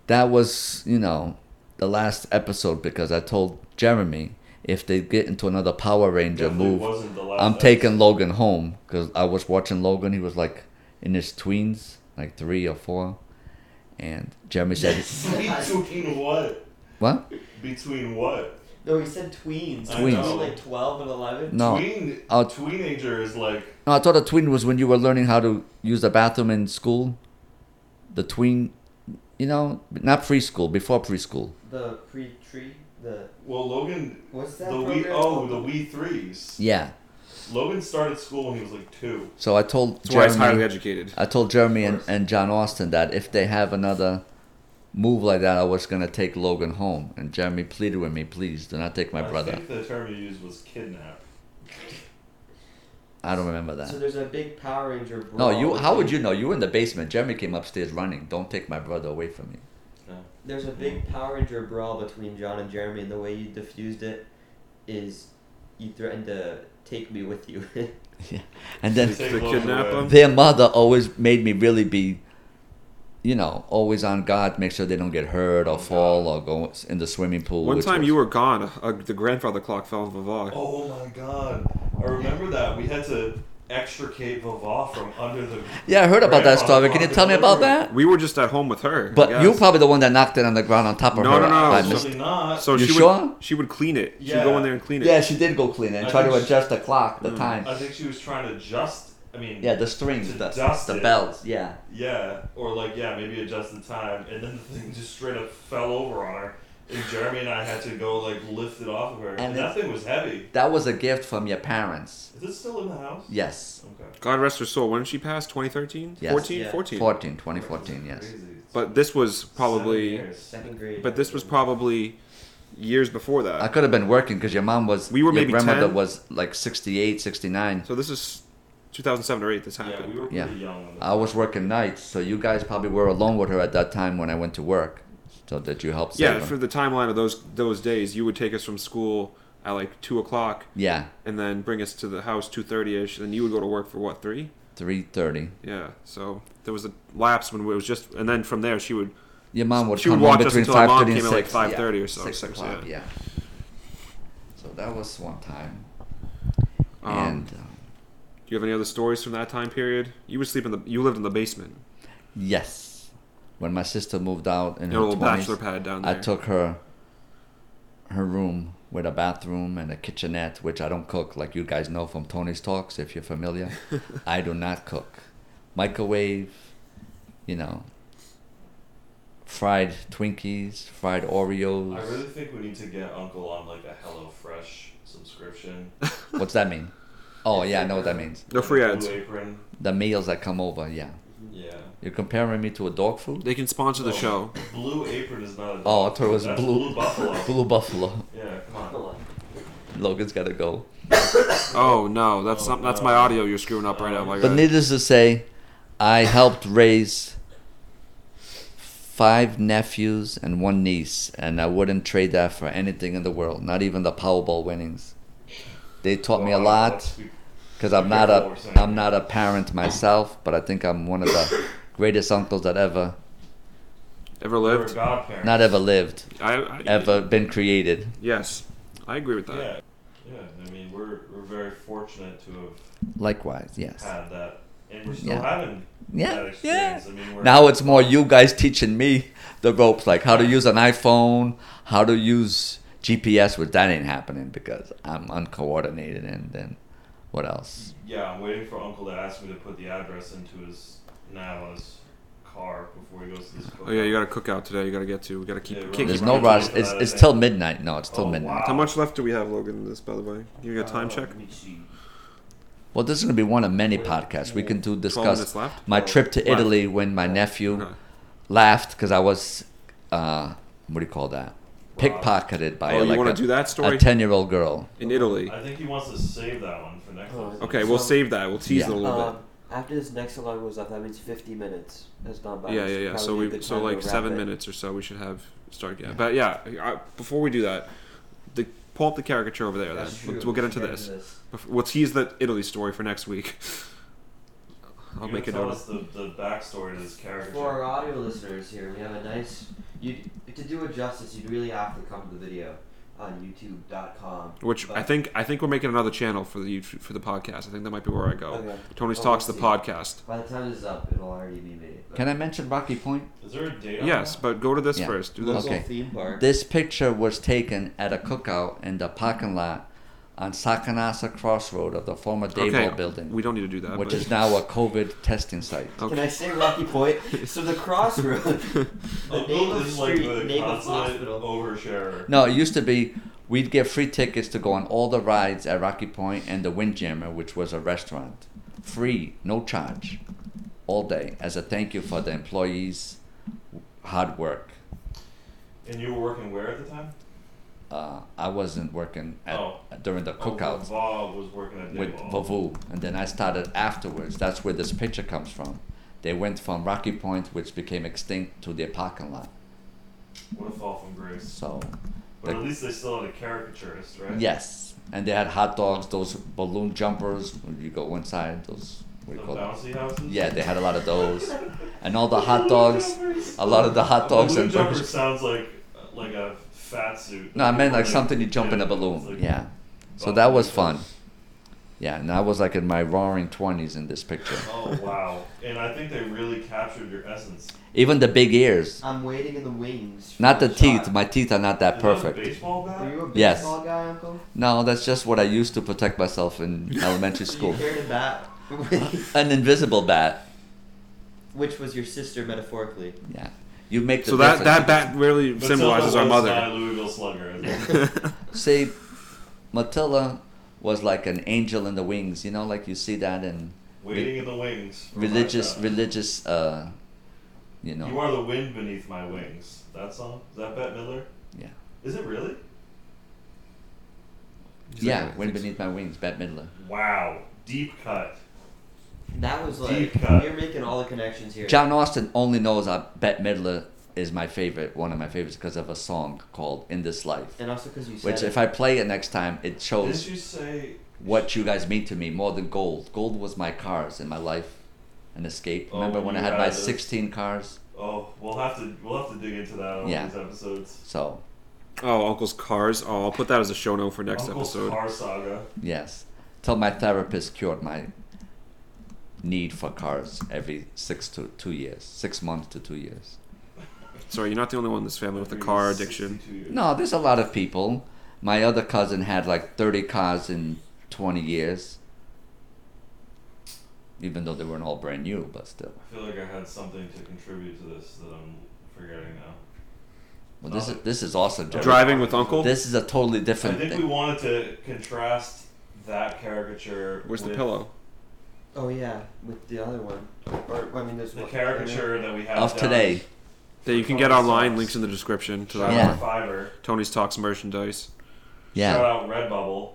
that was, you know, the last episode because I told Jeremy if they get into another Power Ranger
Definitely
move,
wasn't the last
I'm
episode.
taking Logan home because I was watching Logan. He was like in his tweens, like three or four. And Jeremy said,
between what?
What?
Between what?
No, he said tweens.
I
Tweens.
Wasn't
know.
he like twelve and eleven.
No.
Tween
Oh.
tweenager is like
No, I thought a tween was when you were learning how to use the bathroom in school. The tween, you know, not preschool, before preschool.
The pre tree. The
well Logan
what's that?
the
program
we oh
called?
the we threes.
Yeah.
Logan started school when he was like two.
So I told
That's why he's highly
Jeremy,
educated.
I told Jeremy and,
Of course.
and John Austin that if they have another move like that, I was going to take Logan home. And Jeremy pleaded with me, please do not take my
I
brother.
think the term you used was kidnap.
I don't remember that.
So there's a big Power Ranger.
No,
Brawl
you. How would you
between-
know? You were in the basement. Jeremy came upstairs running. Don't take my brother away from me.
There's a big Power Ranger brawl between John and Jeremy, and the way you diffused it is you threatened to take me with you.
Yeah. And then
Take They kidnap him?
their mother always made me really be, you know, always on guard, make sure they don't get hurt or fall or go in the swimming pool.
One
which
time
was-
you were gone. Uh, the grandfather clock fell on Vavai.
Oh my god. I remember that. We had to extricate Vava from under the.
Yeah, I heard about that story. Can you tell me about that?
We were just at home with her. I
But you were
guess.
probably the one that knocked it on the ground on top of
No,
her.
no, no,
I
so-
missed it.
Absolutely not.
So
You
she
sure?
would she would clean it. She'd
Yeah.
go in there and clean it.
Yeah, she did go clean it and
I
try to
think she-
adjust the clock, the
Mm.
time.
I think she was trying to adjust. I mean.
Yeah, the strings,
to
the,
dust
the
it.
bells. Yeah.
Yeah, or like yeah, maybe adjust the time, and then the thing just straight up fell over on her, and Jeremy and I had to go like lift it off of her, and,
And
that thing was heavy.
That was a gift from your parents.
Is it still in the house?
Yes.
Okay.
God rest her soul. When did she pass? 2013?
Yes.
14?
Yeah.
14.
14, 2014, yes.
But this was probably.
Seven years.
Second grade.
But this was probably years before that.
I could have been working because your mom was,
We were
your
maybe
grandmother
10.
was like 68, 69.
So this is 2007 or 8 this
Yeah,
happened.
we were pretty
Yeah. Uh,
young. When
I was working nights, so you guys probably were alone with her at that time when I went to work. So that you helped
yeah,
save her.
for the timeline of those those days, you would take us from school at like 2 o'clock
yeah,
and then bring us to the house 2.30ish. Then you would go to work for what, 3?
3.30.
Yeah, so there was a lapse when it was just... And then from there, she would...
Your mom would
She would
come
watch
home
us
between
until my mom
5.30 and
came at,
6.
like,
yeah,
5:30 or so,
6
six,
o'clock, yeah. So that was one time.
Um,
and um,
Do you have any other stories from that time period? You would sleep in the... You lived in the basement.
yes, when my sister moved out in
Your
her
little
20s,
bachelor pad down
I
there.
took her her room with a bathroom and a kitchenette, which I don't cook, like you guys know from Tony's talks, if you're familiar. I do not cook. Microwave, you know, fried Twinkies, fried Oreos.
I really think we need to get Uncle on like a HelloFresh subscription.
What's that mean? Oh yeah, I know what that means.
No free
Blue
ads.
Apron.
The meals that come over, yeah.
Yeah.
You're comparing me to a dog food?
They can sponsor the
Oh.
show.
Blue Apron is not. A
Oh, I thought it was
That's
Blue-
Blue Buffalo.
Blue buffalo.
Yeah, come on.
Logan's gotta go.
Oh no, that's
Oh,
not, that's
no.
my audio. You're screwing up right now, Oh my
But
guy.
needless to say, I helped raise five nephews and one niece, and I wouldn't trade that for anything in the world, not even the Powerball winnings. They taught me a
Well,
lot
let's be-
because I'm
be
not
careful
a
what we're saying.
I'm not a parent myself, but I think I'm one of the greatest uncles that ever
Ever
We're a
lived?
godparent.
not ever lived,
I, I
ever been created.
Yes, I agree with that.
Yeah, yeah. I mean, we're we're very fortunate to have
Likewise, yes.
had that, and we're still
Yeah.
having
Yeah,
that experience. I mean, we're
Now it's more you guys teaching me the ropes, like how to use an iPhone, how to use GPS, which that ain't happening because I'm uncoordinated. And then what else?
yeah. I'm waiting for Uncle to ask me to put the address into his now his car before he goes to this.
Oh yeah, you got a cookout today. You got to get to. We got to keep.
Yeah,
keep-
right.
keep
There's
you
no
running
rush.
through
It's
that,
it's
I
till
think.
midnight. No, it's till
Oh,
midnight.
How
wow.
much left do we have, Logan? in This, by the way, you got a time check?
Well, this is gonna be one of many podcasts we can do
Twelve minutes
discuss
left.
my trip to
Left.
Italy when my nephew
Okay.
laughed because I was, uh, what do you call that? Pickpocketed by
Oh, you
like
want
a-
to do that
a
story
ten-year-old girl.
in Italy?
I think he wants to save that one for next.
Oh.
episode.
Okay, we'll
So-
save that. We'll tease
Yeah.
it a little
Um, after this next alarm goes off, that means 50 minutes has gone by.
Um,
bit. Yeah,
which
yeah,
is
yeah. So
probably a
we
good
so
time to
like
wrap
seven
it.
minutes or so we should have start. Yeah,
Yeah.
but yeah, I, before we do that, the pull up the caricature over there. Then
That's
we'll,
true,
we'll get
we
into
should get
this. Bef- We'll tease the Italy story for next week. I'll
You
make a
gotta tell
note.
us the, the backstory to this character.
For our audio listeners here, we have a nice. You to do it justice, you'd really have to come to the video on YouTube.com.
Which I
but-
think I think we're making another channel for the YouTube, for the podcast. I think that might be where I go.
Okay.
Tony's
Oh,
talks the
let's
podcast.
By the time this is up, it'll already be made. but-
Can I mention Rocky Point?
Is there a date?
Yes,
on
but go to this
Yeah.
first. Do this.
Local
Okay.
theme park.
This picture was taken at a cookout in the parking lot on Sakanasa Crossroad of the former Dayball
okay,
building,
we don't need to do that.
which
but-
is now a COVID testing site.
Okay.
Can I say Rocky Point? so the crossroad, the
that? Uncle
name of the
is Oh, like
street,
the Oh.
name of
consummate
hospital.
oversharer.
No, it used to be we'd get free tickets to go on all the rides at Rocky Point and the Windjammer, which was a restaurant. Free, no charge, all day as a thank you for the employees' hard work.
And you were working where at the time?
Uh, I wasn't working at,
Oh.
during the
Uncle
cookouts.
Bob was working at
with
Dayball.
Vavu, and then I started afterwards. That's where this picture comes from. They went from Rocky Point, which became extinct, to their parking lot.
What a fall from grace.
So
But at least they still had a caricaturist, right?
Yes, and they had hot dogs, those balloon jumpers. When you go inside, those
The
what do you call them?
bouncy houses.
Yeah, they had a lot of those, and all the hot dogs. A lot of the hot dogs
balloon
and
jumper
burgers.
sounds like like a fat suit.
No, I meant like something you jump in a balloon.
it's like-
yeah, so that was fun. Yeah, and I was like in my roaring twenties in this picture.
Oh wow! And I think they really captured your essence.
Even the big ears,
I'm waiting in the wings. for
not the
shot.
teeth. My teeth are not that
Is that a
perfect.
baseball bat?
Were you a baseball
Yes.
guy, Uncle?
No, that's just what I used to protect myself in elementary school.
You carried a bat,
An invisible bat.
which was your sister metaphorically.
Yeah, you make the
So that
difference.
that bat really
Matilda
symbolizes our
was
mother.
My Louisville Slugger. isn't it?
See, Matilda was like an angel in the wings. You know, like you see that in
Waiting in the wings. for my
religious,
God.
religious. uh You know.
You are the wind beneath my wings. That song? Is that Bette Miller?
Yeah.
Is it really?
yeah, wind beneath my wings, Bette Midler.
Wow. Deep cut.
That was like
Deep cut.
you're making all the connections here.
John Austin only knows that Bette Midler is my favorite, one of my favorites, because of a song called "In This Life,"
and also because you said
which
it.
if I play it next time, it shows
Did you say
what you guys mean to me more than gold. Gold was my cars in my life, an escape.
Oh,
Remember when I
you
had my
had those.
16 cars?
oh we'll have to we'll have to dig into that on
Yeah.
these episodes.
So
Oh, Uncle's cars. Oh, I'll put that as a show note for next
Uncle
episode.
Car Saga.
yes, till my therapist cured my need for cars every six to two years, six months to two years.
Sorry, you're not the only one in this family with a car
Every
addiction.
62 years.
No, there's a lot of people. My other cousin had like 30 cars in 20 years. Even though they weren't all brand new, but still.
I feel like I had something to contribute to this that I'm forgetting now.
Well, this is this is awesome, Jerry.
Driving with Uncle.
This is a totally
Oh. I
different
think we
thing.
wanted to contrast that caricature
Where's the
with
pillow?
oh yeah, with the other one, or I mean, there's
The
one-
caricature that we have uh,
Of
down
today,
That you can
Tony's
get online.
Talks.
Links in the description to
Shout
that.
Yeah.
out Fiverr.
Tony's Talks merchandise.
yeah.
Shout out Redbubble.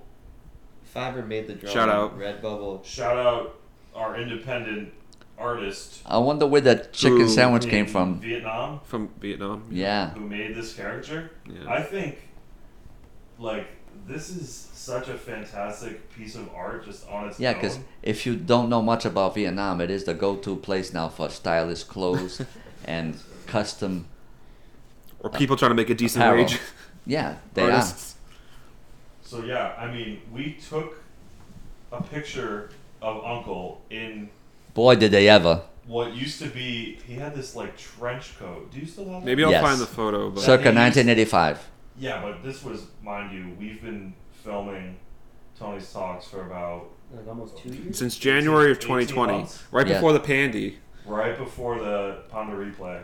Fiverr made the drawing.
Shout out.
Redbubble.
Shout out our independent artist
I wonder where that chicken
Ooh.
sandwich
in
came from.
Vietnam
From Vietnam.
Yeah.
who made this caricature.
Yeah.
I think like this is such a fantastic piece of art just on its
Yeah,
own.
because if you don't know much about Vietnam, it is the go-to place now for stylish clothes and custom.
Or people trying to make a decent
Uh, Apparel.
wage.
Yeah, they
Artists.
So yeah, I mean, we took a picture of Uncle in
are. Boy, did they ever!
what used to be he had this like trench coat. Do you still have that?
Maybe I'll
Yes.
find the photo, but
Circa
Japanese-
1985.
Yeah, but this was, mind you, we've been filming Tony's talks for about
Like almost two years.
since January of
18
2020,
months.
right
Yeah.
before the pandy,
right before the Ponder replay,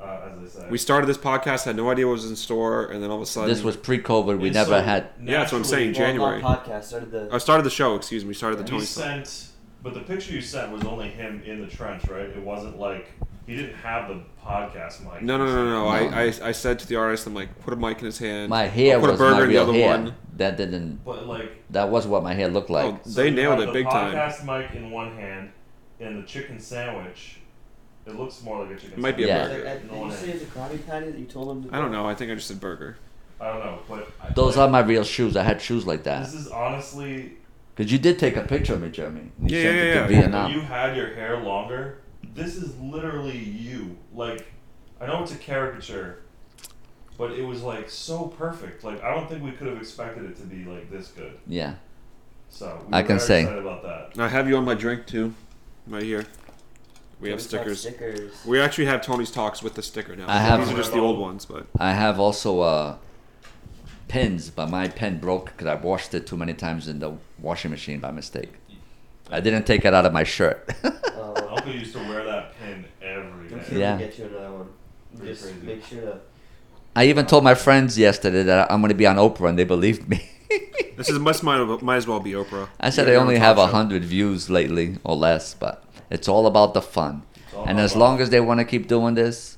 uh, as they say.
we started this podcast. Had no idea what was in store, and then all of a sudden,
This was pre-COVID. We
And
never
so
had.
Yeah, that's what I'm
naturally,
saying, Jan- January.
Well, not podcast started the.
I started the show. Excuse me, started the
We
Tony's. Talks.
sent, but the picture you sent was only him in the trench, right? It wasn't like he didn't have the podcast mic.
No, no, no, no, no.
No.
I, I, I said to the artist, I'm like, put a mic in his hand.
My hair
I'll put
was
a burger
my
in the
real
other
hair.
one.
That didn't.
But like,
That was what my hair looked like.
Oh,
so
they
you
nailed
have
it big
the
time.
Podcast mic in one hand, and the chicken sandwich. It looks more like a chicken.
It might be
sandwich.
a
Is
Yeah.
there-
burger.
uh, did you say it's a Krabby Patty that you told him? To
I don't know. I think I just said burger.
I don't know, but I-
Those
like,
are my real shoes. I had shoes like that.
This is honestly
Because you did take a picture of me, Jeremy. You
Yeah,
sent
yeah,
it to
yeah.
Vietnam.
you had your hair longer. This is literally you. Like, I know it's a caricature, but it was like so perfect. Like, I don't think we could have expected it to be like this good.
yeah.
So we
I
were
can
very
say.
excited about that.
I have you on my drink too, right here. We have
Tony's got
stickers.
Stickers.
We actually have Tony's talks with the sticker now.
I have-
These are just the old ones, but
I have also uh, pins, but my pen broke because I washed it too many times in the washing machine by mistake. I didn't take it out of my shirt.
Oh,
Uncle used to wear that pin every
I'm sure
day.
we'll
Yeah.
get you another one.
Pretty
Just
crazy.
make sure to.
I even told my friends yesterday that I'm going to be on Oprah, and they believed me.
this is must might, might as well be Oprah.
I said
Yeah,
I
you're
only
on
have
talk
a
show.
hundred views lately or less, but it's all about the fun.
all
And
about
as
fun.
long as they want to keep doing this,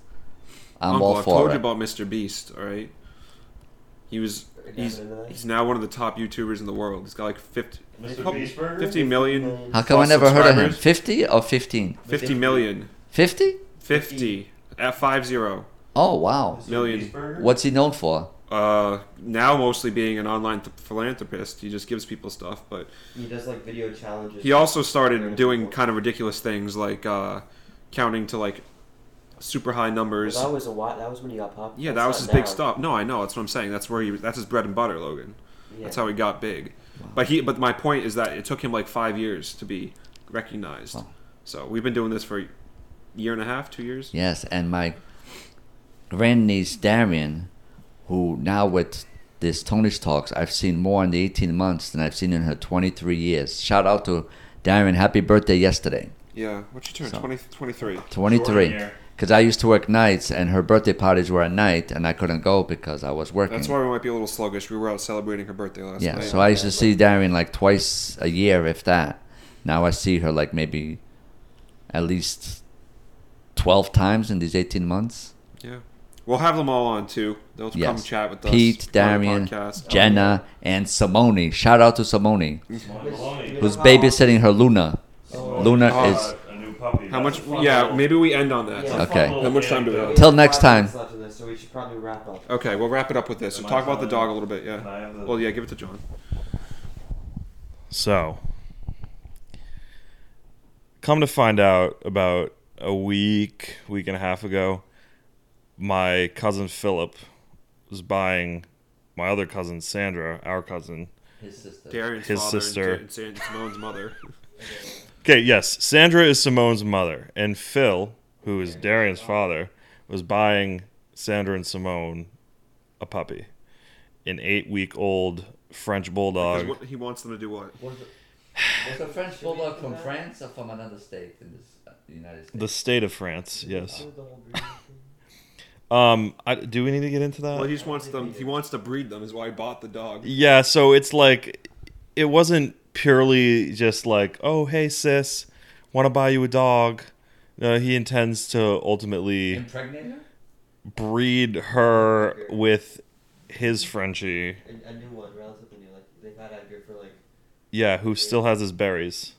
I'm
Uncle,
all
I've
for
told you
it.
about Mr. Beast. All right, he was
Yeah,
he's
but, uh,
he's now one of the top YouTubers in the world. He's got like 50,
Mr.
couple-
Beastburger?
50 million,
Million.
How come I
plus
never heard of him?
subscribers.
Fifty or fifteen?
50 million,
Fifty?
fifty at five zero
Oh wow!
Mr.
Million.
Beastburger?
What's he known for?
uh, now mostly being an online th- philanthropist. He just gives people stuff, but
He does like video challenges.
he also started doing kind of ridiculous things like uh, counting to like super high
Well,
numbers.
that was a while. That was when he got popular.
Yeah, that was his big stuff. No, I know. That's what I'm saying. That's where he. That's his bread and butter, Logan. That's how he got big. But he. But my point is that it took him like five years to be recognized.
Wow.
So we've been doing this for a year and a half, two years.
Yes, and my grandniece Darian, who now with this Tony's Talks, I've seen more in the 18 months than I've seen in her 23 years. Shout out to Darian. Happy birthday yesterday.
Yeah. What you turn?
So-
20, 23.
23.
Jordan here.
Because I used to work nights, and her birthday parties were at night, and I couldn't go because I was working.
That's why we might be a little sluggish. We were out celebrating her birthday last
yeah,
night.
so I used to see Darian like twice a year, if that. Now I see her like maybe at least 12 times in these 18 months.
yeah. We'll have them all on too. They'll come
Yes.
chat with us.
Pete,
on the
Darian,
podcast. Oh,
Jenna, and Simone. Shout out to Simone,
Maloney.
who's babysitting her Luna. Luna
Oh.
is.
a new puppy.
How much?
That's a fun
Yeah.
little-
Maybe we end on that.
Yeah.
that's a
Okay.
fun little
How much time do we have?
anecdote.
Till next time.
So we should probably wrap up.
Okay, we'll wrap it up with this. So
Am I
talk about the
drawing?
dog a little bit.
Can
Yeah.
I have the-
Well, yeah. Give it to John.
So, come to find out about a week, week and a half ago, my cousin Philip was buying my other cousin Sandra, our cousin.
His sister.
Darian's
His
father
sister.
and Jan- and Simone's mother.
Okay, yes, Sandra is Simone's mother, and Phil, who is Darian's father, was buying Sandra and Simone a puppy, an eight-week-old French bulldog.
'Cause what- he wants them to do what?
Was the French bulldog from France or from another state in this, uh, the United States?
The state of France, yes. Um, I, do we need to get into that?
Well, he just wants them. He wants to breed them. Is why he bought the dog.
yeah, so it's like it wasn't purely just like, oh hey sis, want to buy you a dog. No, he intends to ultimately
Impregnated?
breed her with his Frenchie.
A, new one, relatively new. Like they've had Edgar for like.
Yeah, who still has his berries.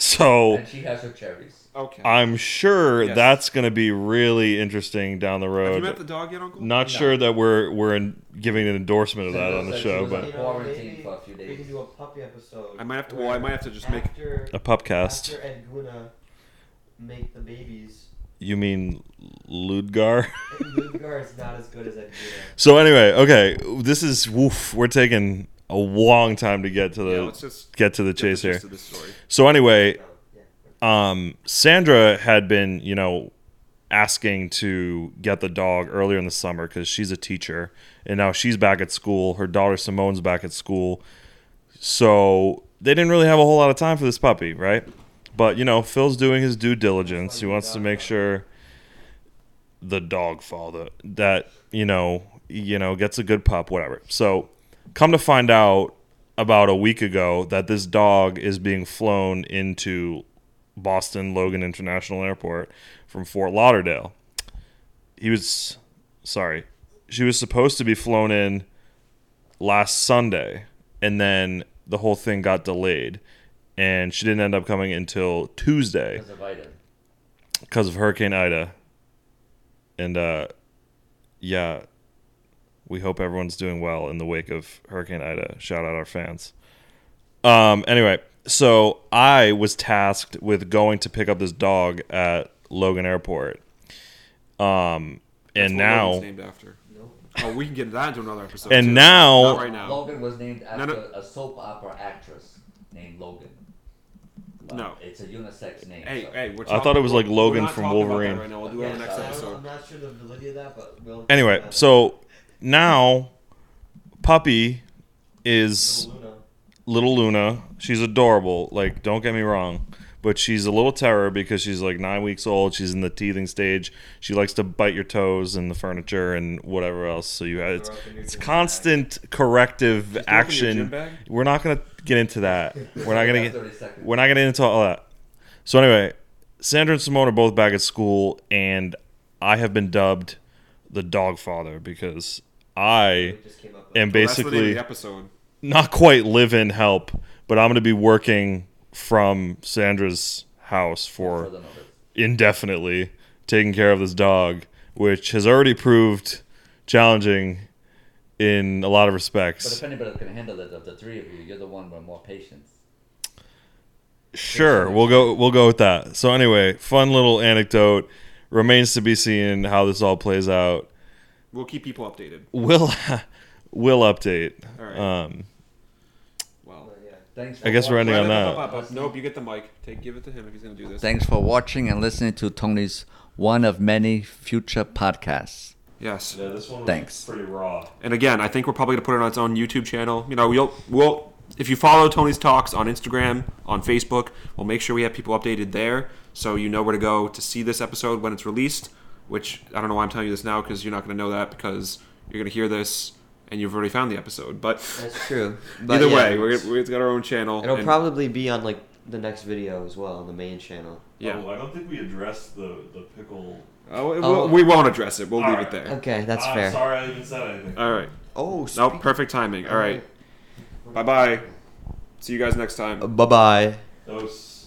So
she has her cherries.
Okay.
I'm sure
Yes.
that's gonna be really interesting down the
Have you
road.
met the dog yet, Uncle?
Not
No.
sure that we're we're in, giving an endorsement of that
Sandra
on the
said she
show,
was
but
on Quarantine for a few
We
days.
can do a puppy episode.
I might have to.
where
Well, I might have to just make.
after,
a pupcast.
after Ed Guna make the babies.
You mean Ludgar?
Lugard is not as good as Ed
so anyway, okay, this is woof. We're taking a long time to get to the
Yeah, let's just
get to the
get the
chase here.
gist of this story.
So anyway,
Guna. No, yeah.
um, Sandra had been, you know, asking to get the dog earlier in the summer because she's a teacher and now she's back at school. Her daughter Simone's back at school. So they didn't really have a whole lot of time for this puppy, right? But, you know, Phil's doing his due diligence. He wants to make sure the dog father that, you know, you know, gets a good pup, whatever. So come to find out about a week ago that this dog is being flown into Boston Logan International Airport from Fort Lauderdale. He was sorry. She was supposed to be flown in last Sunday and then the whole thing got delayed and she didn't end up coming until Tuesday
Because of Ida.
because of Hurricane Ida. And uh yeah, we hope everyone's doing well in the wake of Hurricane Ida. Shout out our fans. Um anyway, so I was tasked with going to pick up this dog at Logan Airport. Um
That's
and
what Logan's
now
named after.
No.
Oh, we can get that into another episode.
and
too.
now
Not right now.
Logan was named after
No, no.
a soap opera actress named Logan. But
No.
It's a unisex name.
Hey,
so-
hey. We're
I thought
talking-
it was like
we're
Logan
not
from
talking about that
Wolverine.
Right now, we'll do it on the
Yeah,
next
I don't-
episode.
I'm not sure the validity of that, but we'll.
Anyway, so now Puppy is
Little Luna.
little Luna. She's adorable. Like, don't get me wrong, but she's a little terror because she's like nine weeks old. She's in the teething stage. She likes to bite your toes and the furniture and whatever else. So you have it's,
Throw up in your
it's
gym bag.
constant corrective
Just open your gym
action.
bag?
We're not gonna get into that. We're not gonna
Thirty
get.
seconds.
We're not gonna get into all that. So anyway, Sandra and Simone are both back at school, and I have been dubbed the dog father because I
It just came up.
am
Well, that's the name of
basically
the episode.
not quite live in help, but I'm going to be working from Sandra's house
For
for
the mother.
indefinitely, taking care of this dog, which has already proved challenging in a lot of
But if
respects.
anybody can handle it of the three of you, you're the one with more patience.
Sure, we'll go we'll go with that. So anyway, fun little anecdote. Remains to be seen how this all plays out.
We'll keep people updated.
We'll we'll update.
All right.
Um,
Well,
Thanks.
I guess we're ending on that.
Nope, you get the mic. Take, give it to him if he's gonna do this.
Thanks for watching and listening to Tony's one of many future podcasts.
Yes.
this one
was Thanks.
pretty raw.
And again, I think we're probably gonna put it on its own YouTube channel. You know, we'll we'll if you follow Tony's Talks on Instagram, on Facebook, we'll make sure we have people updated there, so you know where to go to see this episode when it's released. Which I don't know why I'm telling you this now because you're not gonna know that because you're gonna hear this and you've already found the episode. But
That's true. But
either
yeah,
way, we're, we've got our own channel.
it'll
and-
probably be on like the next video as well on the main channel.
yeah.
Oh, I don't think we addressed the the pickle.
Oh, we-
Oh.
we won't address it. We'll
All
leave
right.
it there.
Okay, that's fair.
Sorry, I even said anything.
All right.
Oh,
Nope. Perfect timing. All right. Bye bye. See you guys next time.
Bye bye.
Those.